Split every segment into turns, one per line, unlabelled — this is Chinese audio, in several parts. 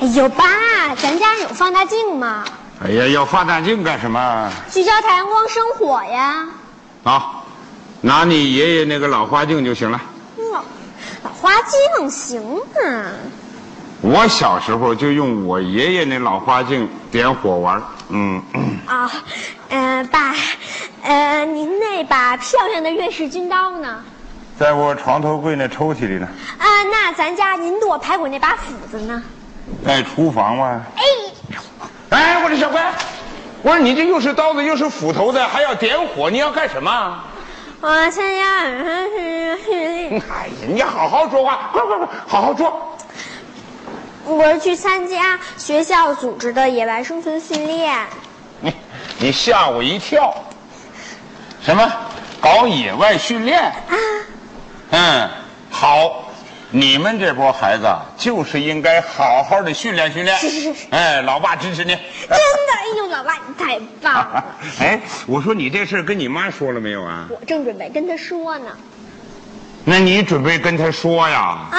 哎呦爸，咱家有放大镜吗？
哎呀，要放大镜干什么？
聚焦太阳光生火呀。
好，拿你爷爷那个老花镜就行了。
老老花镜行啊。
我小时候就用我爷爷那老花镜点火玩儿，嗯，
啊、呃，爸，呃，您那把漂亮的瑞士军刀呢？
在我床头柜那抽屉里呢，
啊、那咱家您剁排骨那把斧子呢？
在厨房嘛。
哎，
哎，我说小乖，我说你这又是刀子又是斧头的，还要点火，你要干什么？
我参加晚上
嗯
是，
哎呀，你好好说话，快快快，好好说。
我是去参加学校组织的野外生存训练。啊
你你吓我一跳。什么？搞野外训练？嗯，好。你们这波孩子就是应该好好的训练训练。
是是是
哎，老爸支持你。
真的，哎呦，老爸你太棒了！
哎，我说你这事儿跟你妈说了没有啊？
我正准备跟他说呢。
那你准备跟她说呀？
啊，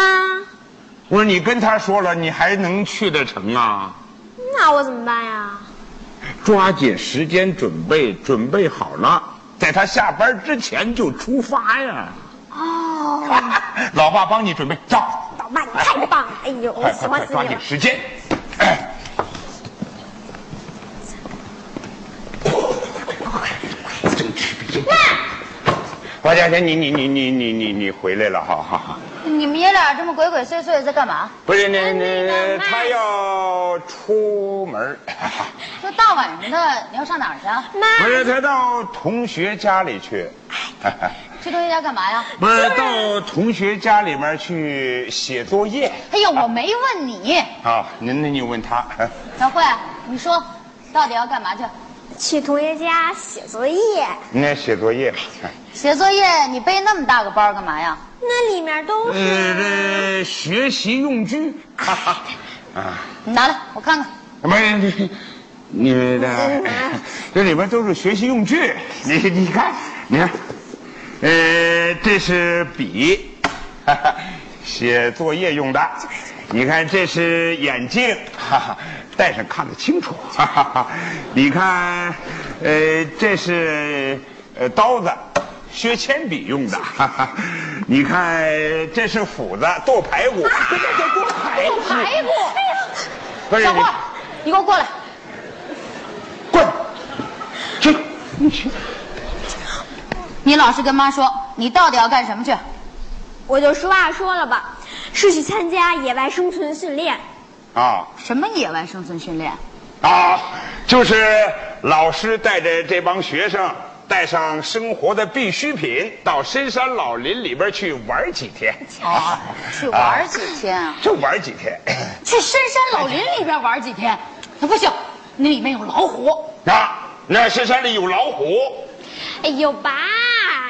我说你跟她说了，你还能去得成啊？
那我怎么办呀？
抓紧时间准备，准备好了，在他下班之前就出发 呀！
哦，
老爸帮你准备，走，
老爸你太棒了！哎呦，我
快
喜
快
欢
快，
死
抓
你
紧
了！
时间。真吃逼！花家钱，你你你你你你你回来了，哈哈哈！
你们爷俩这么鬼鬼祟祟在干嘛？
不是，那那
妈
他要出门儿，
哎
这大晚上的，你要上哪儿去啊？
不
妈，
是他到同学家里去。
哎
去同学家干嘛呀？
不是到同学家里面去写作业
哎呀，我没问你，
啊？那那你问他，
小慧，你说到底要干嘛去？
去同学家写作业，
那写作业，
写作业你背那么大个包干嘛呀？
那里面都
哎
是……
呃，学习用具， 哈哈啊，
你拿来我看看。
不是你 的，这里边都是学习用具，你你看，你看，呃，这是笔，哈哈，写作业用的。你看，这是眼镜，哈哈，戴上看得清楚。哈哈，你看，呃，这是呃刀子，削铅笔用的。哈哈，你看，这是斧子，剁排骨。这这这剁排骨，
排骨，
哎不是
小
你
慧，你给我过来。
滚，去。
你老实跟妈说，你到底要干什么去？
我就实话说了吧，是去参加野外生存训练。
啊
什么野外生存训练？
啊，就是老师带着这帮学生带上生活的必需品，到深山老林里边去玩几天，啊
哦，去玩几天啊？
就玩几天。
去深山老林里边玩几天？不行，那里面有老虎。
啊，那深山里有老虎，
哎呦，爸，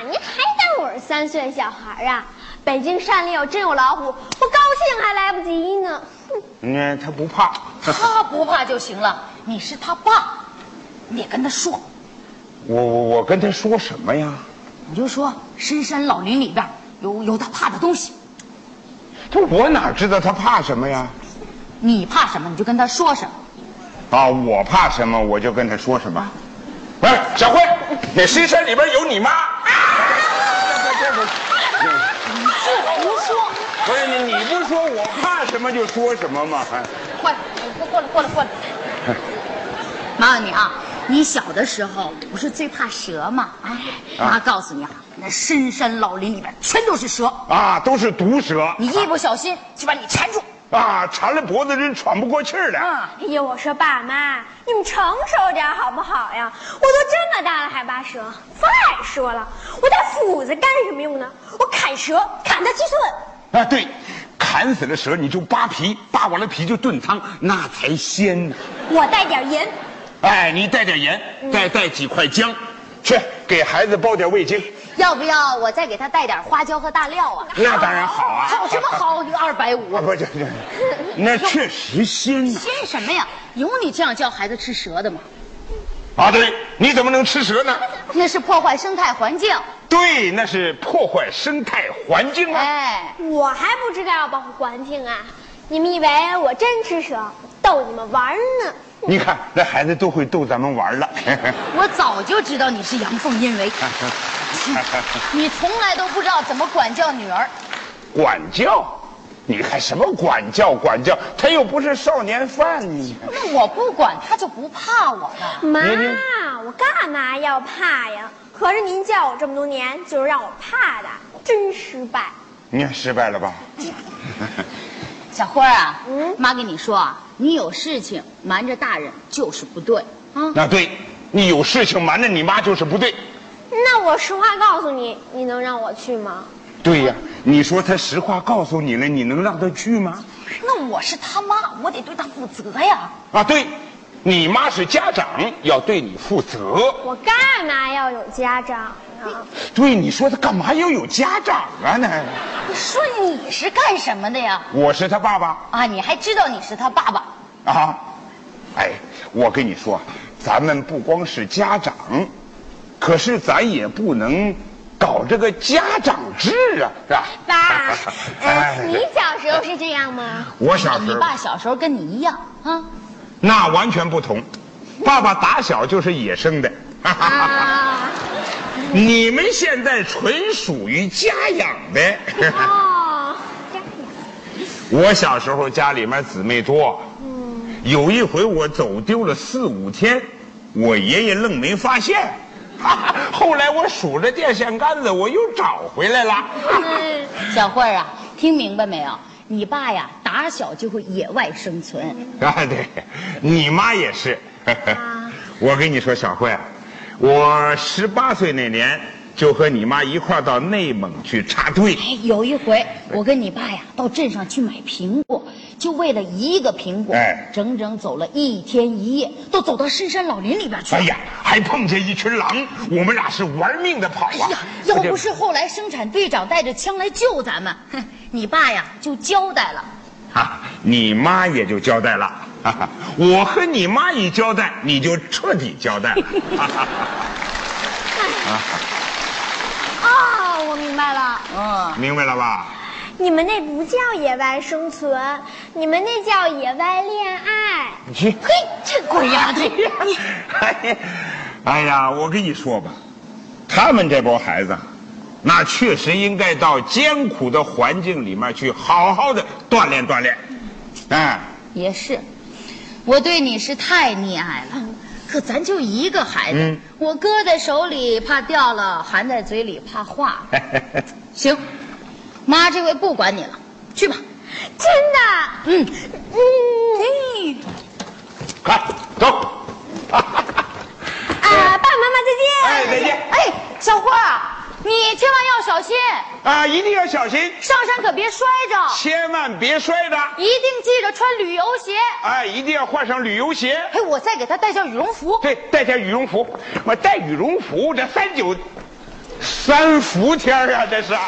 您还当我是三岁小孩啊？北京山里有真有老虎，我高兴还来不及呢。哼
嗯，他不怕。
他不怕就行了，你是他爸，你得跟他说，
我我我跟他说什么呀？
你就说深山老林里边有有他怕的东西，
这我哪知道他怕什么呀？
你怕什么你就跟他说什么。
啊，我怕什么我就跟他说什么。哎，小慧，那深山里边有你妈。
胡说！
不是你，你不说我怕什么就说什么嘛。哎
快，过过来过来过来。 妈问你啊，你小的时候不是最怕蛇吗？啊，妈告诉你啊，那深山老林里边全都是蛇，
啊，都是毒蛇
你一不小心就把你缠住。
啊，缠了脖子人喘不过气儿来。
啊，
哎呦，我说爸妈，你们成熟点好不好呀？我都这么大了还拔舌，再说了，我带斧子干什么用呢？我砍蛇，砍它七寸。
啊，对，砍死了蛇你就扒皮，扒完了皮就炖汤，那才鲜呢。
我带点盐，
哎，你带点盐，再带几块姜，去给孩子煲点味精，
要不要我再给他带点花椒和大料啊？
那当然好啊。
好什么好？二百五
啊，。不 这这，那确实鲜呐。
鲜什么呀？有你这样教孩子吃蛇的吗？
啊，对，你怎么能吃蛇呢？
那是破坏生态环境。
对，那是破坏生态环境啊。
哎，
我还不知道要保护环境啊！你们以为我真吃蛇，逗你们玩儿呢？
你看那孩子都会逗咱们玩了。
我早就知道你是阳奉阴违，你从来都不知道怎么管教女儿。
管教，你看什么管教？管教，他又不是少年犯，你
那我不管，她就不怕我了。
妈
别别，
我干嘛要怕呀？合着您教我这么多年，就是让我怕的，真失败。
你看失败了吧？
小花儿啊，
嗯
妈跟你说啊，你有事情瞒着大人就是不对啊。
那对，你有事情瞒着你妈就是不对。
那我实话告诉你，你能让我去吗？
对呀、你说他实话告诉你了，你能让他去吗？
那我是他妈，我得对她负责呀。
啊，对，你妈是家长，要对你负责。
我干嘛要有家长啊呢？
对，你说他干嘛要有家长啊？呢，
你说你是干什么的呀？
我是他爸爸
啊，你还知道你是他爸爸？
啊！哎，我跟你说，咱们不光是家长，可是咱也不能搞这个家长制啊，是吧？
爸，
哎
呃，你小时候是这样 吗？
我小
你
时候
爸小时候跟你一样啊。
那完全不同，爸爸打小就是野生的。
啊，
你们现在纯属于家养 的。
哦，这样。
我小时候家里面姊妹多，
嗯
有一回我走丢了四五天，我爷爷愣没发现。 后来我数着电线杆子，我又找回来了。
嗯，
小慧儿啊，听明白没有？你爸呀，打小就会野外生存。
啊，对，你妈也是
啊。
我跟你说，小慧，我十八岁那年就和你妈一块儿到内蒙去插队。
哎，有一回我跟你爸呀到镇上去买苹果，就为了一个苹果，
哎
整整走了一天一夜，都走到深山老林里边去了。
哎呀，还碰见一群狼，我们俩是玩命的跑啊
哎呀！要
这
不是后来生产队长带着枪来救咱们，哼，你爸呀就交代了。
啊，你妈也就交代了。哈哈，我和你妈一交代，你就彻底交代了。
哦，我明白了，
嗯，
明白了吧？
你们那不叫野外生存，你们那叫野外恋爱。
你，
嘿，这鬼丫头，你
哎呀，我跟你说吧，他们这波孩子，啊那确实应该到艰苦的环境里面去，好好的锻炼锻炼。哎，
也是，我对你是太溺爱了。嗯可咱就一个孩子，
嗯
我搁在手里怕掉了，含在嘴里怕化
哎
了。行，妈这回不管你了，去吧。
真的，
嗯，
嗯，
快走！
啊，爸爸妈妈再
哎，
见。
再见！
哎，小花，你千万要小心，
啊，一定要小心，
上山可别摔着，
千万别摔着。
一定记着穿旅游鞋。
哎，一定要换上旅游鞋。
哎，我再给他带件羽绒服。
对，带件羽绒服，我带羽绒服，这三九三伏天儿啊，这是啊。